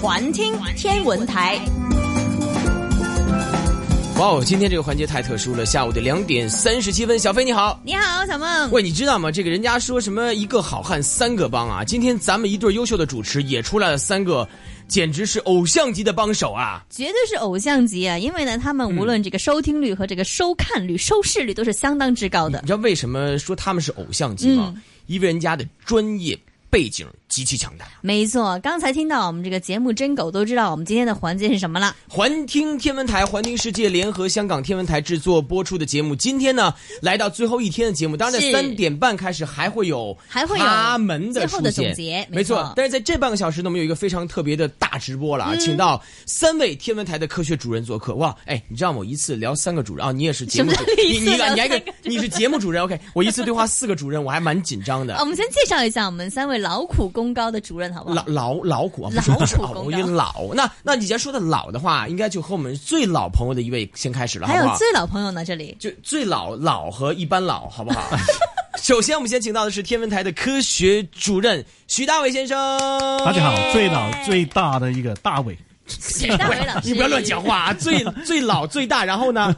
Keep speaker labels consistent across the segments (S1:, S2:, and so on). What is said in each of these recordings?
S1: 环听天文台。
S2: 哇哦，今天这个环节太特殊了。下午的两点三十七分，小飞你好。
S1: 你好，小梦。
S2: 喂，你知道吗？这个人家说什么一个好汉三个帮啊？今天咱们一对优秀的主持也出来了三个，简直是偶像级的帮手啊！
S1: 绝对是偶像级啊！因为呢，他们无
S2: 嗯
S1: 论这个收听率和这个收看率、收视率都是相当之高的
S2: 你。知道为什么说他们是偶像级吗？因为人家的专业背景极其强大。
S1: 没错，刚才听到我们这个节目真狗都知道我们今天的环节是什么了。
S2: 环听天文台、环听世界联合香港天文台制作播出的节目，今天呢来到最后一天的节目，当然在
S1: 是
S2: 三点半开始还会有
S1: 还会有
S2: 他们的
S1: 最后的
S2: 出
S1: 总
S2: 现
S1: 结
S2: 没
S1: 没错嗯
S2: 但是在这半个小时呢，我们有一个非常特别的大直播了啊，请到三位天文台的科学主任做客。哇，哎，你知道吗？我一次聊三个主任啊，你也是节目主
S1: 什么叫一
S2: 你
S1: 次
S2: 你
S1: 聊
S2: 你还
S1: 三个
S2: 跟你是节目主任，OK？我一次对话四个主任，我还蛮紧张的
S1: 啊，。我们先介绍一下我们三位劳苦功高的主任，好不
S2: 老
S1: 好？
S2: 老老古啊，不是
S1: 老
S2: 不是
S1: 古
S2: 啊，
S1: 公
S2: 我
S1: 的
S2: 一老。那那你既然说的老的话，应该就和我们最老朋友的一位先开始了，好
S1: 还
S2: 不
S1: 有
S2: 好？
S1: 最老朋友呢，这 里
S2: 就最老老和一般老，好不 好？首先，我们先请到的是天文台的科学主任徐大伟先生。
S3: 大家
S1: 耶
S3: 好，最老最大的一个大伟，
S1: 许大伟老师。
S2: 你不要乱讲话啊！最 最老最大，然后呢？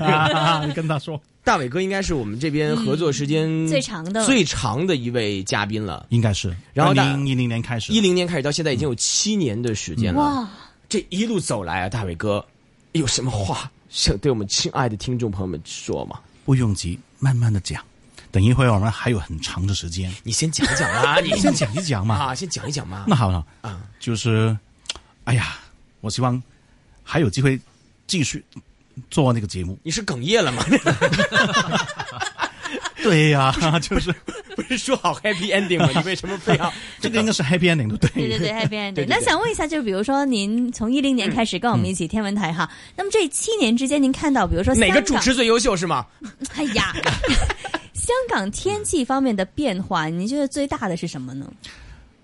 S3: 啊、你跟他说
S2: 大伟哥应该是我们这边合作时间、
S1: 嗯最长的
S2: 最长的一位嘉宾了。
S3: 应该是，
S2: 然后大
S3: 零一零年开始，
S2: 一零年开始到现在已经有七年的时间了。
S1: 哇！
S2: 这一路走来啊，大伟哥有什么话想对我们亲爱的听众朋友们说吗？
S3: 不用急，慢慢的讲，等一会儿我们还有很长的时间，
S2: 你先讲一讲 啊，你
S3: 先讲一讲嘛。
S2: 啊，先讲一讲嘛。
S3: 那好了，
S2: 啊，
S3: 就是，哎呀，我希望还有机会继续做那个节目。
S2: 你是哽咽了 吗？
S3: 对呀、 就是
S2: 不是说好 happy ending 吗？你为什么非要
S3: 这个应该是 happy ending 的，对
S1: 对对对，Happy Ending。
S2: 对对嗯
S1: 那想问一下，就比如说您从一零年开始跟我们一起天文台哈，那么这七年之间，您看到比如说
S2: 哪个
S1: 香
S2: 主
S1: 港
S2: 持最优秀是吗？
S1: 哎呀，香港天气方面的变化，您觉得最大的是什么呢？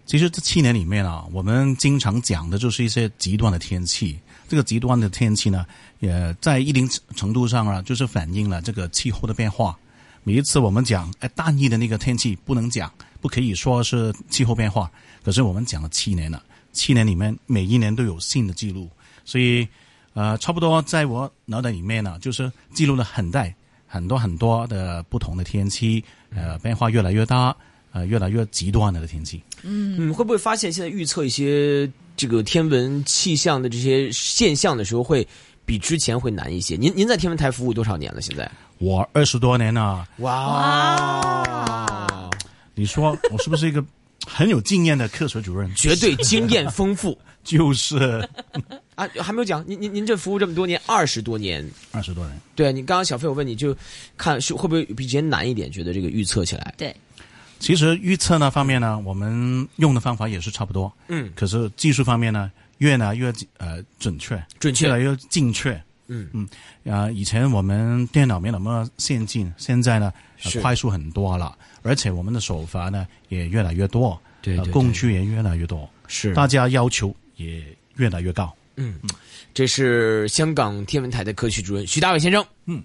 S3: 其实这七年里面啊，我们经常讲的就是一些极端的天气。这个极端的天气呢，也在一定程度上啊，就是反映了这个气候的变化。每一次我们讲，哎，单一的那个天气不能讲，不可以说是气候变化。可是我们讲了七年了，七年里面每一年都有新的记录，所以，呃，差不多在我脑袋里面呢，就是记录了很大很多很多的不同的天气，呃，变化越来越大，呃，越来越极端的天气。
S2: 嗯，会不会发现现在预测一些这个天文气象的这些现象的时候，会比之前会难一些？您您在天文台服务多少年了？现在？
S3: 我二十多年了，
S2: 啊
S1: 哇！
S3: 你说我是不是一个很有经验的科学主任？
S2: 绝对经验丰富
S3: 就是
S2: 啊！还没有讲，您您您这服务这么多年，二十多年，
S3: 二十多人。
S2: 对啊，你刚刚小飞我问你就看是会不会比之前难一点？觉得这个预测起来，
S1: 对，
S3: 其实预测那方面呢，我们用的方法也是差不多，
S2: 嗯，
S3: 可是技术方面呢，越来越呃准确，
S2: 准确
S3: 越来越精确。
S2: 嗯
S3: 嗯，啊、以前我们电脑没那么先进，现在呢、呃
S2: 是
S3: 快速很多了，而且我们的手法呢也越来越多，
S2: 对
S3: 呃
S2: 对对
S3: 工具也越来越多，
S2: 是
S3: 大家要求也越来越高。
S2: 这是香港天文台的科学主任徐大伟先生。嗯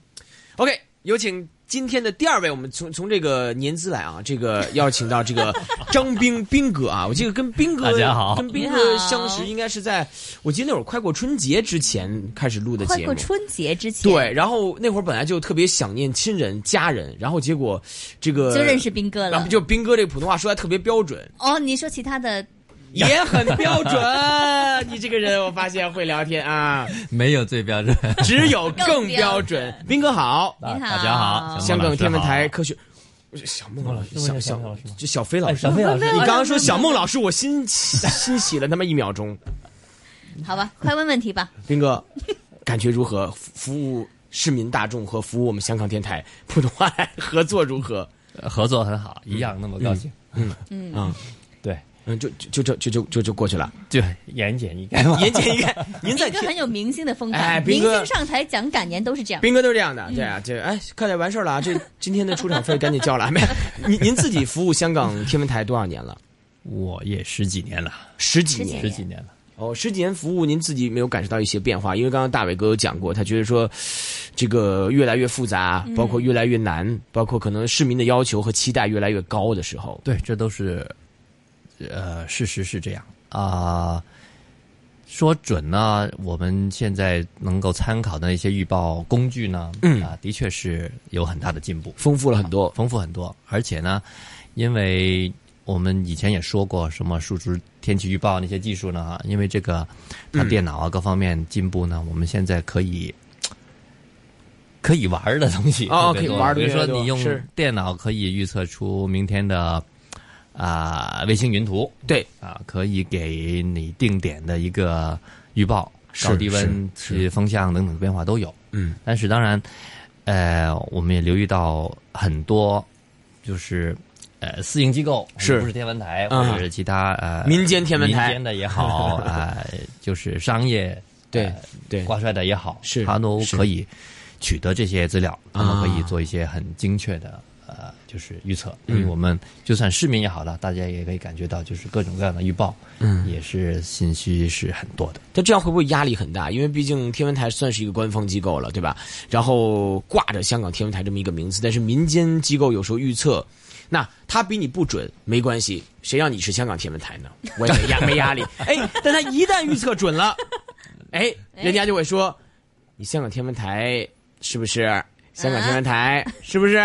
S2: ，OK，有请今天的第二位，我们从从这个年资来啊，这 个要请到这个张兵兵哥啊，我记得跟兵哥
S4: 大家好
S2: 跟兵
S1: 你
S2: 哥
S1: 好
S2: 相识应该是在我记得那会儿快过春节之前开始录的
S1: 快
S2: 节目
S1: 过。春节之前，
S2: 对，，然后那会儿本来就特别想念亲人、家人，然后结果这个
S1: 就认识斌哥
S2: 然后
S1: 了。
S2: 就兵哥这个普通话说的特别标准，
S1: 哦，你说其他的，
S2: 也很标准。 你这个人，我发现会聊天啊。
S4: 没有最标准。
S2: 只有更标准。斌哥好，
S1: 你好
S4: 大家好，
S2: 香港天文台
S4: 小
S2: 科学。不是小孟老师，
S4: 孟
S2: 小
S4: 老师
S2: 小
S4: 孟老师吗
S2: 这小飞老师，
S4: 哎小飞老师
S2: 你刚刚说小孟老师，我欣喜欣喜了他妈一秒 钟。
S1: 好吧，快问问题 吧。
S2: 斌哥，感觉如何？服服务市民大众和服务我们香港电台普通话台合作如何？
S4: 孟老师好，呃合作很好，一样那么高兴。
S2: 啊，
S4: 嗯对，
S2: 嗯，就就就就就就就过去 了。
S4: 就言简意赅嘛。
S2: 言简意赅，您在
S1: 斌哥
S2: 听。
S1: 很有明星的风范，
S2: 哎斌
S1: 明
S2: 哥
S1: 星上台讲感言都是这样。
S2: 斌哥都是这样的，对啊，这哎，快点完事儿了啊！这今天的出场费赶紧交了，没有？ 您您自己服务香港天文台多少年了？
S4: 我也十几年了，
S2: 十几
S1: 十
S2: 年
S1: 几，
S4: 十几年了。
S2: 哦，十几年服务，您自己没有感受到一些变化？因为刚刚大伟哥有讲过，他觉得说，这个越来越复杂，包括越来越难，包括可能市民的要求和期待越来越高的时候，
S4: 对，这都是，呃，事实是这样啊、说准呢，我们现在能够参考的一些预报工具呢，
S2: 嗯
S4: 啊，的确是有很大的进步，
S2: 丰富了很多。
S4: 丰富很多。而且呢，因为我们以前也说过，什么数值天气预报那些技术呢，因为这个它
S2: 嗯
S4: 电脑啊各方面进步呢，我们现在可以。可以玩儿的东西
S2: 哦
S4: 特别
S2: 可以
S4: 多
S2: 玩儿的
S4: 比如
S2: 越来越
S4: 说
S2: 多
S4: 你用
S2: 是
S4: 电脑可以预测出明天的啊、卫星云图，
S2: 对，
S4: 啊，可以给你定点的一个预报，
S2: 是
S4: 高低温、气风向等等变化都有。
S2: 嗯，
S4: 但是当然，呃，我们也留意到很多，就是呃，私营机构
S2: 是
S4: 不是天文台、
S2: 嗯
S4: 或者是其他呃
S2: 民间天文台
S4: 民间的也好 啊、就是商业
S2: 对
S4: 呃
S2: 对，
S4: 挂帅的也好，
S2: 是
S4: 它都
S2: 是
S4: 可以取得这些资料，他们
S2: 啊
S4: 可以做一些很精确的。呃，就是预测，
S2: 嗯
S4: 因为我们就算市民也好了，大家也可以感觉到，就是各种各样的预报，
S2: 嗯，
S4: 也是信息是很多的。
S2: 但这样会不会压力很大？因为毕竟天文台算是一个官方机构了，对吧？然后挂着香港天文台这么一个名字，但是民间机构有时候预测，那他比你不准没关系，谁让你是香港天文台呢？我也没压没压力。哎，但他一旦预测准了，哎，人家就会说，你香港天文台是不是？香港天文台是不是？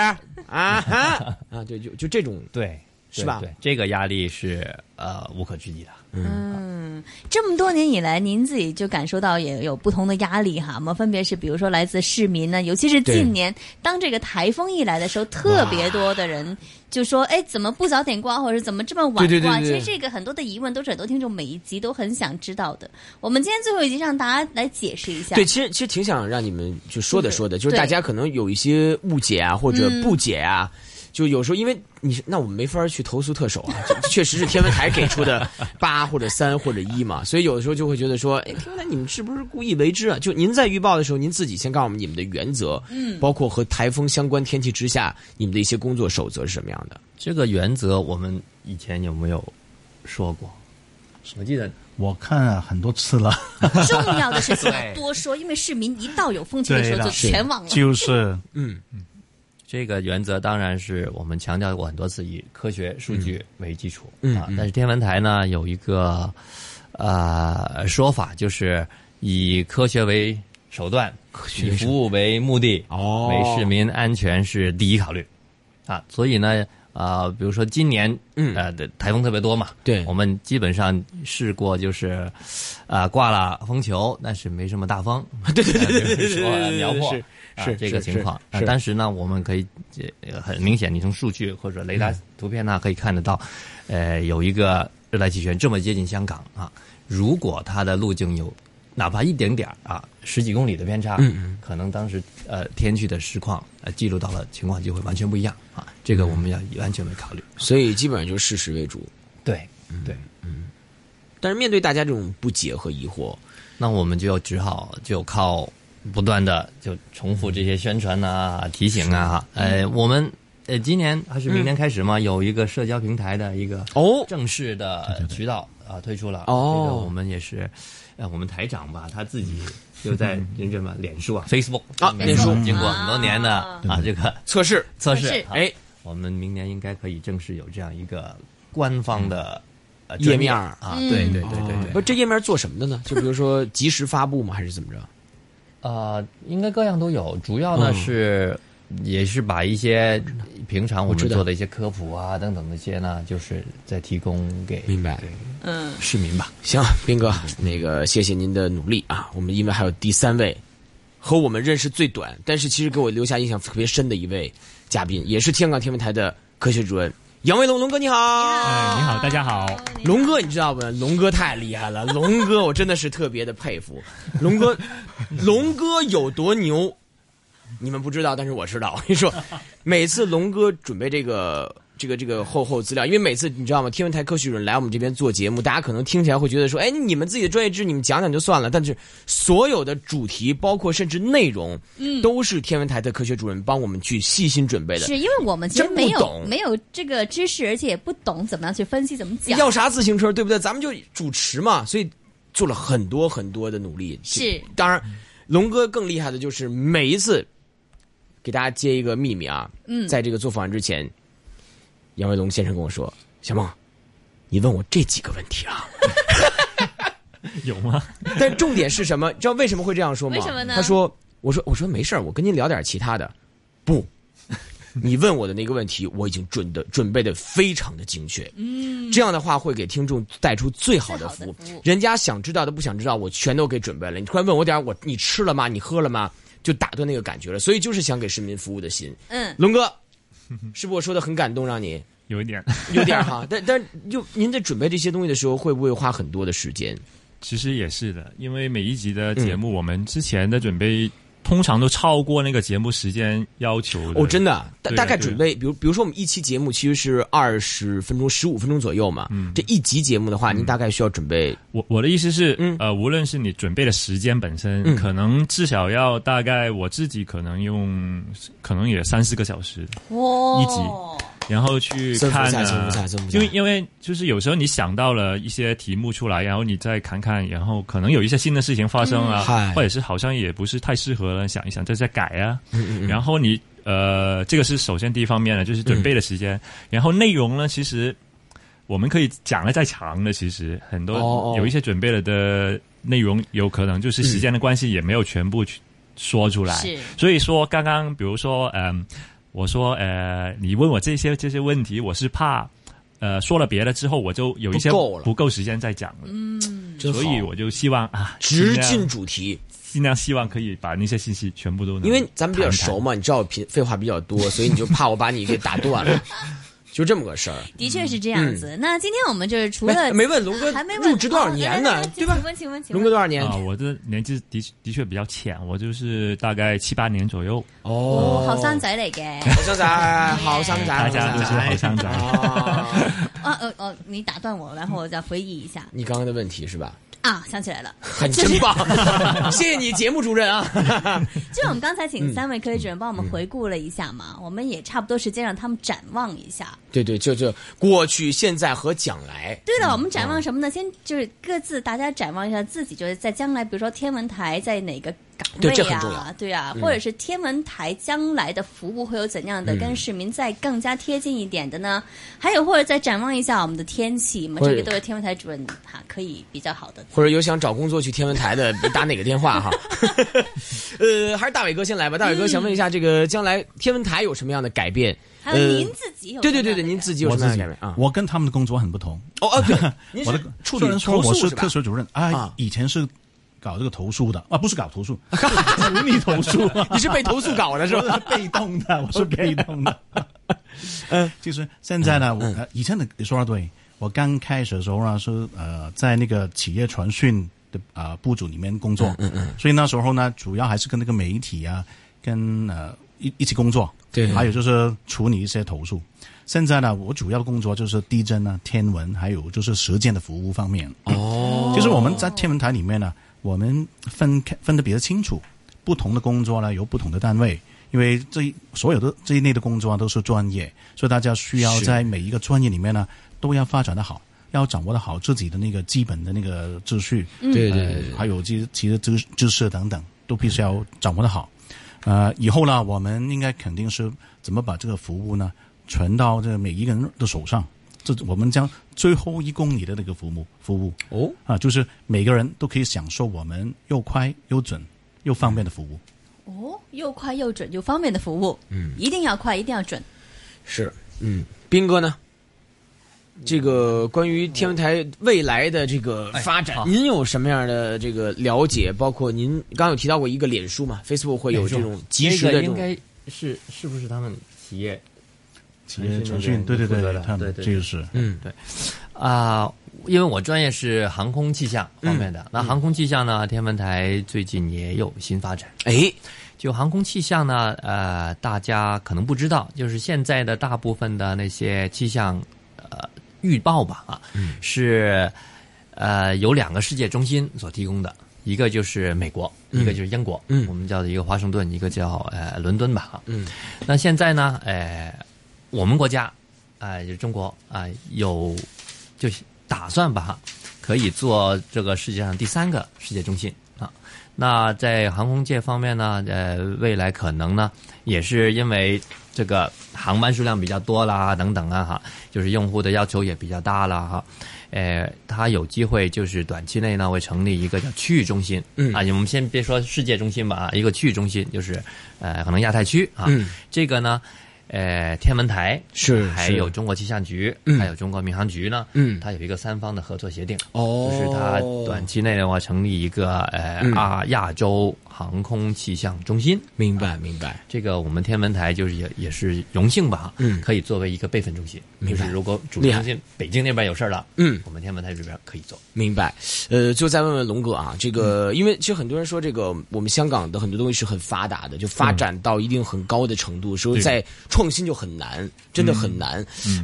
S2: 啊哈啊，对，就就这种，
S4: 对，
S2: 是吧
S4: 对，这个压力是呃无可置疑的。
S1: 嗯，这么多年以来，您自己就感受到也有不同的压力哈嘛，分别是比如说来自市民呢，尤其是
S2: 对
S1: 近年当这个台风一来的时候，特别多的人就说，哎，怎么不早点挂，或者怎么这么晚挂？
S2: 对对对对对
S1: 其实这个很多的疑问都是很多听众每一集都很想知道的。我们今天最后一集让大家来解释一下，
S2: 对，其 实其实挺想让你们就说的
S1: 对
S2: 说的，就是
S1: 对
S2: 大家可能有一些误解啊，或者
S1: 嗯
S2: 不解啊，就有时候因为你是那我们没法儿去投诉特首啊，这这确实是天文台给出的八或者三或者一嘛，所以有的时候就会觉得说，哎，天文台你们是不是故意为之啊？就您在预报的时候，您自己先告诉我们你们的原则，嗯，包括和台风相关天气之下，你们的一些工作守则是什么样的？
S4: 这个原则我们以前有没有说过？我记得
S3: 我看了很多次了，
S1: 重要的事情要
S4: 对
S1: 多说，因为市民一到有 风情的时候
S3: 对
S1: 就
S3: 的
S1: 全忘了。
S3: 就是
S2: 嗯，
S4: 这个原则当然是我们强调过很多次，以科学数据为基础、
S2: 嗯
S4: 啊。但是天文台呢有一个呃说法，就是以科学为手段，以服务为目的，
S2: 哦
S4: 为市民安全是第一考虑啊。所以呢，啊，比如说今年
S2: 嗯
S4: 呃的台风特别多嘛，
S2: 对
S4: 我们基本上试过就是啊、挂了风球，但是没什么大风， 对对对对说苗破。
S2: 是
S4: 啊
S2: 是
S4: 这个
S2: 是
S4: 情况。
S2: 是
S4: 啊
S2: 是
S4: 但是呢，我们可以呃很明显，你从数据或者雷达图片呢、可以看得到，呃，有一个热带气旋这么接近香港啊，如果它的路径有哪怕一点点儿啊十几公里的偏差，
S2: 嗯嗯
S4: 可能当时呃天气的实况呃记录到了情况就会完全不一样啊，这个我们要完全为考虑。嗯
S2: 所以基本上就是事实为主。
S4: 对对，
S2: 但是面对大家这种不解和疑惑，
S4: 那我们就只好就靠不断的就重复这些宣传啊、提醒啊。呃，我们呃今年还是明年开始
S2: 嗯
S4: 嘛，有一个社交平台的一个
S2: 哦
S4: 正式的渠道啊推出了。
S2: 哦
S4: 这个我们也是，呃，我们台长吧他自己。就在那什么脸书啊，Facebook
S2: 啊脸书
S4: 经过很多年的
S1: 啊
S4: 啊这个
S2: 测试，
S4: 测
S1: 测
S4: 试
S1: 试，
S4: 啊
S2: 哎，
S4: 我们明年应该可以正式有这样一个官方的呃
S2: 页面儿
S4: 啊，对对对对对
S2: 哦，不，这页面做什么的呢？就比如说及时发布吗？还是怎 么着？
S4: 呃，应该各样都有，主要呢
S2: 嗯
S4: 是、也是把一些平常我
S2: 我知
S4: 们
S2: 道
S4: 做的一些科普啊等等那些呢，就是再提供给
S2: 明白
S4: 对
S1: 嗯，
S4: 市民吧。
S2: 行，斌哥，那个谢谢您的努力啊！我们因为还有第三位，和我们认识最短，但是其实给我留下印象特别深的一位嘉宾，也是香港天文台的科学主任杨卫龙，龙哥你好。
S1: 哎
S5: 你好大家好
S2: 龙哥，你知道吗？龙哥太厉害了，龙哥我真的是特别的佩服。龙哥，龙哥有多牛，你们不知道，但是我知道。我跟你说，每次龙哥准备这个。这个这个厚厚资料，因为每次你知道吗？天文台科学主任来我们这边做节目，大家可能听起来会觉得说，哎，你们自己的专业知识你们讲讲就算了，但是所有的主题，包括甚至内容，嗯，都是天文台的科学主任帮我们去细心准备的。
S1: 是因为我们其实
S2: 真不
S1: 没有
S2: 懂
S1: 没有这个知识，而且也不懂怎么样去分析、怎么讲。
S2: 要啥自行车，对不对？咱们就主持嘛，所以做了很多很多的努力。
S1: 是
S2: 这当然，龙哥更厉害的就是每一次给大家揭一个秘密啊。
S1: 嗯
S2: 在这个做访问之前，杨卫龙先生跟我说：“小孟，你问我这几个问题啊。”
S4: 有吗？
S2: 但重点是什么？知道为什么会这样说吗？
S1: 为什么呢
S2: 他说：“我说我说没事儿，我跟您聊点其他的。”不，你问我的那个问题，我已经准的准备的非常的精确。嗯，这样的话会给听众带出最好的服
S1: 最
S2: 务。
S1: 好的服务
S2: 人家想知道的、不想知道，我全都给准备了。你突然问我点儿我你吃了吗？你喝了吗？就打断那个感觉了。所以就是想给市民服务的心。
S1: 嗯，
S2: 龙 哥，是不是我说的很感动，让你
S4: 有 一点。
S2: 有点儿 哈？但但又您在准备这些东西的时候，会不会花很多的时间？
S5: 其实也是的，因为每一集的节
S2: 嗯
S5: 目，我们之前的准备通常都超过那个节目时间要求的。
S2: 哦，真的啊，大
S5: 对啊
S2: 大概
S5: 对啊
S2: 准备，比如比如说我们一期节目其实是二十分钟、十五分钟左右嘛。
S5: 嗯
S2: 这一集节目的话，您大概需要准备
S5: 我我的意思是，
S2: 嗯
S5: 呃，无论是你准备的时间本身，
S2: 嗯
S5: 可能至少要大概我自己可能用，可能也三四个小时，
S1: 哇
S5: 一集然后去
S2: 增幅
S5: 看
S2: 赛、增幅赛、
S5: 啊。
S2: 增幅赛
S5: 因为因为就是有时候你想到了一些题目出来，然后你再看看，然后可能有一些新的事情发生啊，
S2: 嗨
S5: 或者是好像也不是太适合了，想一想再再改啊。
S2: 嗯嗯嗯
S5: 然后你呃，这个是首先第一方面呢，就是准备的时
S2: 嗯
S5: 间。然后内容呢，其实我们可以讲的再长的，其实很多
S2: 哦哦
S5: 有一些准备了的呃内容，有可能就是时间的关系也没有全部去说出来。
S1: 是
S5: 所以说，刚刚比如说，嗯、我说呃，你问我这些这些问题，我是怕。呃，说了别的之后，我就有一些
S2: 不够了
S5: 不够时间再讲了，
S2: 真
S5: 所
S2: 好
S5: 以我就希望啊，
S2: 直
S5: 尽量
S2: 进主题，
S5: 尽量希望可以把那些信息全部都能啊
S2: 因为咱们比较
S5: 谈一谈
S2: 熟嘛，你知道我平废话比较多，所以你就怕我把你给打断了，就这么个事儿。
S1: 的确是这样子。那今天我们就是除了
S2: 嗯没没问龙哥
S1: 还没问
S2: 入职多少
S1: 哦
S2: 年
S1: 来来
S2: 呢
S1: 来？
S2: 对吧
S1: 请？问，请问，请
S2: 龙哥
S1: 问，
S2: 多少年？
S5: 啊，我的年纪的确的确比较浅，我就是大概七八年左右，
S1: 哦
S2: 哦，
S1: 后生仔嚟嘅。
S2: 好生仔，好生仔，
S5: 大家
S2: 好
S5: 都
S2: 生
S5: 是
S2: 仔
S5: 好上长。
S2: 哦
S1: 哦哦哦，你打断我，然后我再回忆一下
S2: 你刚刚的问题是吧？
S1: 啊，想起来了，
S2: 很真棒，谢谢你节目主任啊。
S1: 就是我们刚才请三位科学主任帮我
S2: 嗯
S1: 们回顾了一下嘛，我们也差不多时间让他们展望一下。
S2: 对对，就就过去、现在和将来。
S1: 对了，我们展望
S2: 嗯
S1: 什么呢？先就是各自大家展望一下自己，就是在将来，比如说天文台在哪个岗位
S2: 对这很重要嗯
S1: 啊，对啊，或者是天文台将来的服务会有怎样的，跟市民再更加贴近一点的呢？还有或者再展望一下我们的天气，我们这
S2: 或
S1: 个
S2: 者
S1: 都是天文台主任哈可以比较好的。
S2: 或者有想找工作去天文台的，打哪个电话哈？ 呃，还是大伟哥先来吧。大伟哥想问一下，这个将来天文台有什么样的改变？
S1: 还有您自己有
S2: 呃对
S1: 什么
S2: 对对
S1: 样的
S2: 对，您
S1: 感
S2: 自己有
S3: 我
S2: 什么
S3: 自
S2: 样的
S3: 己
S2: 改变啊？
S3: 我跟他们的工作很不同。
S2: 哦哦，对， 您
S3: 我
S2: 是
S3: 的
S2: 处
S3: 虽
S2: 理
S3: 然说
S2: 投
S3: 我
S2: 诉
S3: 是
S2: 是吧
S3: 科？学主任，哎
S2: 啊，
S3: 以前是搞这个投诉的啊，不是搞 投诉，是处理投诉啊。
S2: 你是被投诉搞的是
S3: 我
S2: 吧？
S3: 是被动的，我是被动的。嗯，就是现在呢，我呃以前的你说的对，我刚开始的时候呢是呃在那个企业传讯的呃部组里面工作，嗯嗯，所以那时候呢主要还是跟那个媒体啊，跟呃一一起工作，
S2: 对
S3: 还有就是处理一些投诉。现在呢，我主要的工作就是地震啊、天文，还有就是实践的服务方面。
S2: 哦，
S3: 就是我们在天文台里面呢，我们分开分得比较清楚，不同的工作呢有不同的单位，因为这一所有的这一类的工作啊都是专业，所以大家需要
S2: 是
S3: 在每一个专业里面呢都要发展的好，要掌握的好自己的那个基本的那个秩序，
S1: 嗯
S2: 对对对
S3: 呃，还有其其实知知识等等，都必须要掌握的好。呃，以后呢，我们应该肯定是怎么把这个服务呢传到这每一个人的手上。这我们将最后一公里的那个服务服务，
S2: 哦，
S3: 啊，就是每个人都可以享受我们又快又准又方便的服务。
S1: 哦，又快又准又方便的服务，嗯，一定要快，一定要准。
S2: 是，嗯，斌哥呢？这个关于天文台未来的这个发展，
S4: 好
S2: 您有什么样的这个了解？包括您刚刚有提到过一个脸书嘛，Facebook 会有这种及时
S4: 那
S2: 的这
S4: 个应
S2: 种，
S4: 该是是不是他们企业
S3: 企业
S4: 是
S3: 传
S4: 那
S3: 讯，
S4: 个
S3: 对对
S4: 负责
S3: 对，
S4: 的
S3: 他们
S4: 对
S3: 这
S4: 对
S3: 个是
S2: 嗯，
S4: 啊、因为我专业是航空气象方面的，
S2: 嗯
S4: 那航空气象呢，天文台最近也有新发展。
S2: 哎，
S4: 就航空气象呢，呃，大家可能不知道，就是现在的大部分的那些气象呃预报吧啊，
S2: 嗯
S4: 是呃由两个世界中心所提供的，一个就是美国，一个就是英国，
S2: 嗯
S4: 我们叫一个华盛顿，一个叫呃伦敦吧啊，
S2: 嗯，
S4: 那现在呢，呃，我们国家啊、呃，就是中国啊、有就是打算吧，可以做这个世界上第三个世界中心啊。那在航空界方面呢，呃，未来可能呢，也是因为这个航班数量比较多啦，等等啊哈，就是用户的要求也比较大啦哈。呃，它有机会就是短期内呢会成立一个叫区域中心，
S2: 嗯
S4: 啊，我们先别说世界中心吧啊，一个区域中心就是呃可能亚太区啊，
S2: 嗯
S4: 这个呢。呃，天文台
S2: 是
S4: 还
S2: 是
S4: 有中国气象局，
S2: 嗯
S4: 还有中国民航局呢，
S2: 嗯
S4: 它有一个三方的合作协定，
S2: 哦
S4: 就是它短期内的话成立一个呃、
S2: 嗯
S4: 啊亚洲航空气象中心，
S2: 明白明白，
S4: 这个我们天文台就是也也是荣幸吧，
S2: 嗯
S4: 可以作为一个备份中心，
S2: 明
S4: 就
S2: 白
S4: 是如果主
S2: 厉
S4: 力
S2: 害
S4: 中心北京那边有事儿了，
S2: 嗯，
S4: 我们天文台这边可以做。
S2: 明白，呃，就再问问龙哥啊，这
S5: 嗯
S2: 个因为其实很多人说，这个我们香港的很多东西是很发达的，就发展到一定很高的程度，时候
S5: 对
S2: 再创新就很难，真的很难。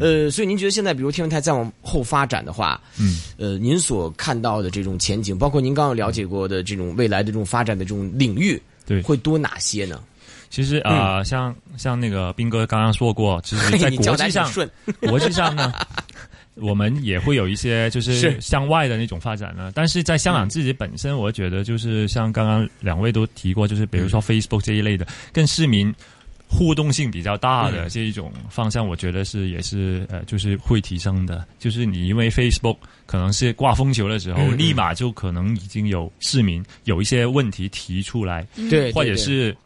S2: 呃，所以您觉得现在，比如天文台再往后发展的话，
S5: 嗯，
S2: 呃，您所看到的这种前景，包括您刚刚了解过的这种未来的这种发展的这种领域，
S5: 对
S2: 会多哪些呢？
S5: 其实啊、呃像像那个斌哥刚刚说过，其实在
S2: 哎你交
S5: 国
S2: 代
S5: 际
S2: 很
S5: 上，
S2: 顺，
S5: 国际上呢，我们也会有一些就是是向外的那种发展呢。但是在香港自己本身，我觉得就是像刚刚两位都提过，就是比如
S2: 嗯
S5: 说 Facebook 这一类的，跟市民。互动性比较大
S2: 嗯
S5: 的这一种方向，我觉得是也是呃，就是会提升的。就是你因为 Facebook 可能是挂风球的时候，
S2: 嗯嗯
S5: 立马就可能已经有市民有一些问题提出来，
S2: 对，
S5: 嗯或者
S2: 对对
S5: 是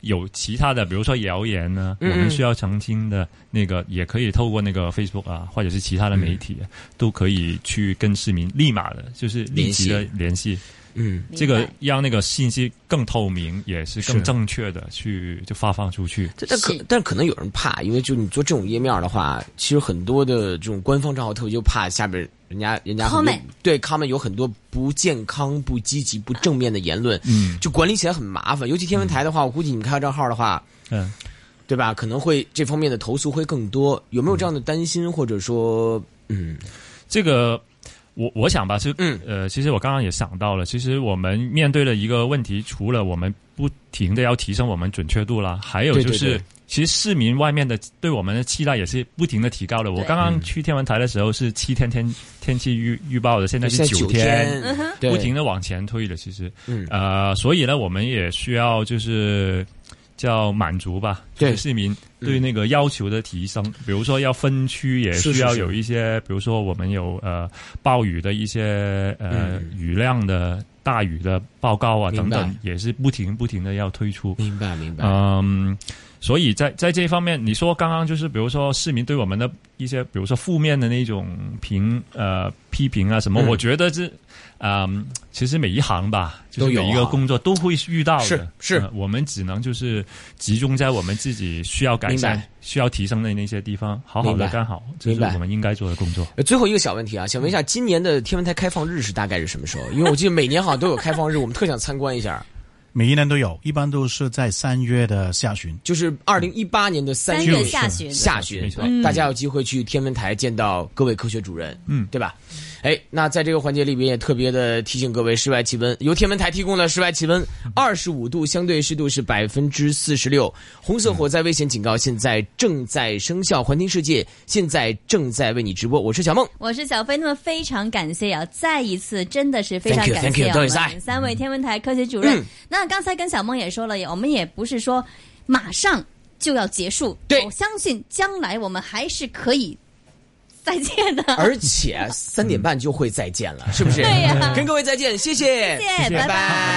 S5: 有其他的，比如说谣言呢，
S2: 嗯
S5: 我们需要澄清的那个，也可以透过那个 Facebook 啊，或者是其他的媒
S2: 嗯
S5: 体，都可以去跟市民立马的，就是立即的联系，
S2: 嗯，
S5: 这个
S1: 明白
S5: 让那个信息更透明，也是
S2: 是
S5: 更正确的去就发放出去。
S2: 这但可
S1: 是
S2: 但可能有人怕，因为就你做这种页面的话，其实很多的这种官方账号特别就怕下边人家人家很多
S1: Comment
S2: 对 comment 有很多不健康、不积极、不正面的言论，
S5: 嗯
S2: 就管理起来很麻烦。尤其天文台的话，我估计你开个账号的话，
S5: 嗯，
S2: 对吧？可能会这方面的投诉会更多。有没有这样的担心，或者说，嗯
S5: 这个。我我想吧，是
S2: 嗯
S5: 呃，其实我刚刚也想到了，其实我们面对的一个问题，除了我们不停的要提升我们准确度啦，还有
S2: 对
S5: 就
S2: 对
S5: 是
S2: 对
S5: 其实市民外面的对我们的期待也是不停的提高的。我
S1: 对
S5: 刚刚去天文台的时候是七天天天气预预报的，现在
S2: 现在
S5: 是
S2: 九
S5: 天，
S1: 嗯哼
S2: 对
S5: 不停的往前推的。其实，
S2: 嗯
S5: 呃，所以呢，我们也需要就是叫满足吧，
S2: 对嗯
S5: 就是市民对那个要求的提升，比如说要分区，也
S2: 是
S5: 需要
S2: 是是
S5: 有一些，比如说我们有呃暴雨的一些呃、
S2: 嗯
S5: 雨量的大雨的报告啊
S2: 明
S5: 等
S2: 白
S5: 等，也是不停不停的要推出。
S2: 明白明白，
S5: 嗯，所以在在这一方面，你说刚刚就是比如说市民对我们的一些，比如说负面的那种评呃批评啊什么，
S2: 嗯
S5: 我觉得这啊、嗯其实每一行吧，就
S2: 都
S5: 是
S2: 有啊
S5: 每一个工作都会遇到的，
S2: 是是
S5: 呃我们只能就是集中在我们自己需要改
S2: 明
S5: 善
S2: 白、
S5: 需要提升的那些地方，好好
S2: 明白
S5: 的干好，这
S2: 明
S5: 是
S2: 白
S5: 我们应该做的工作。
S2: 呃最后一个小问题啊，想问一下，今年的天文台开放日是大概是什么时候？因为我记得每年好像都有开放日，我们特想参观一下。
S3: 每一年都有，一般都是在三月的下旬。
S2: 就是二零一八年的三
S1: 三
S2: 月
S1: 月下旬，嗯
S2: 下旬
S5: 没，错
S2: 对大家有机会去天文台见到各位科学主任，
S5: 嗯
S2: 对吧？哎，那在这个环节里边也特别的提醒各位，室外气温由天文台提供的室外气温二十五度，相对湿度是百分之四十六，红色火灾危险警告现在正在生效，环听世界现在正在为你直播，我是小梦，
S1: 我是小飞，那么非常感谢啊！再一次真的是非常
S2: Thank you,
S1: 感
S2: thank you，
S1: 谢
S2: 多
S1: 我
S2: 谢晒
S1: 们三位天文台科学主任。
S2: 嗯
S1: 那刚才跟小梦也说了，我们也不是说马上就要结束，
S2: 对
S1: 我相信将来我们还是可以再见的。
S2: 而且三点半就会再见了，是不是？
S1: 嗯 对呀
S2: 跟各位再见，谢谢，
S1: 谢谢拜拜
S2: 拜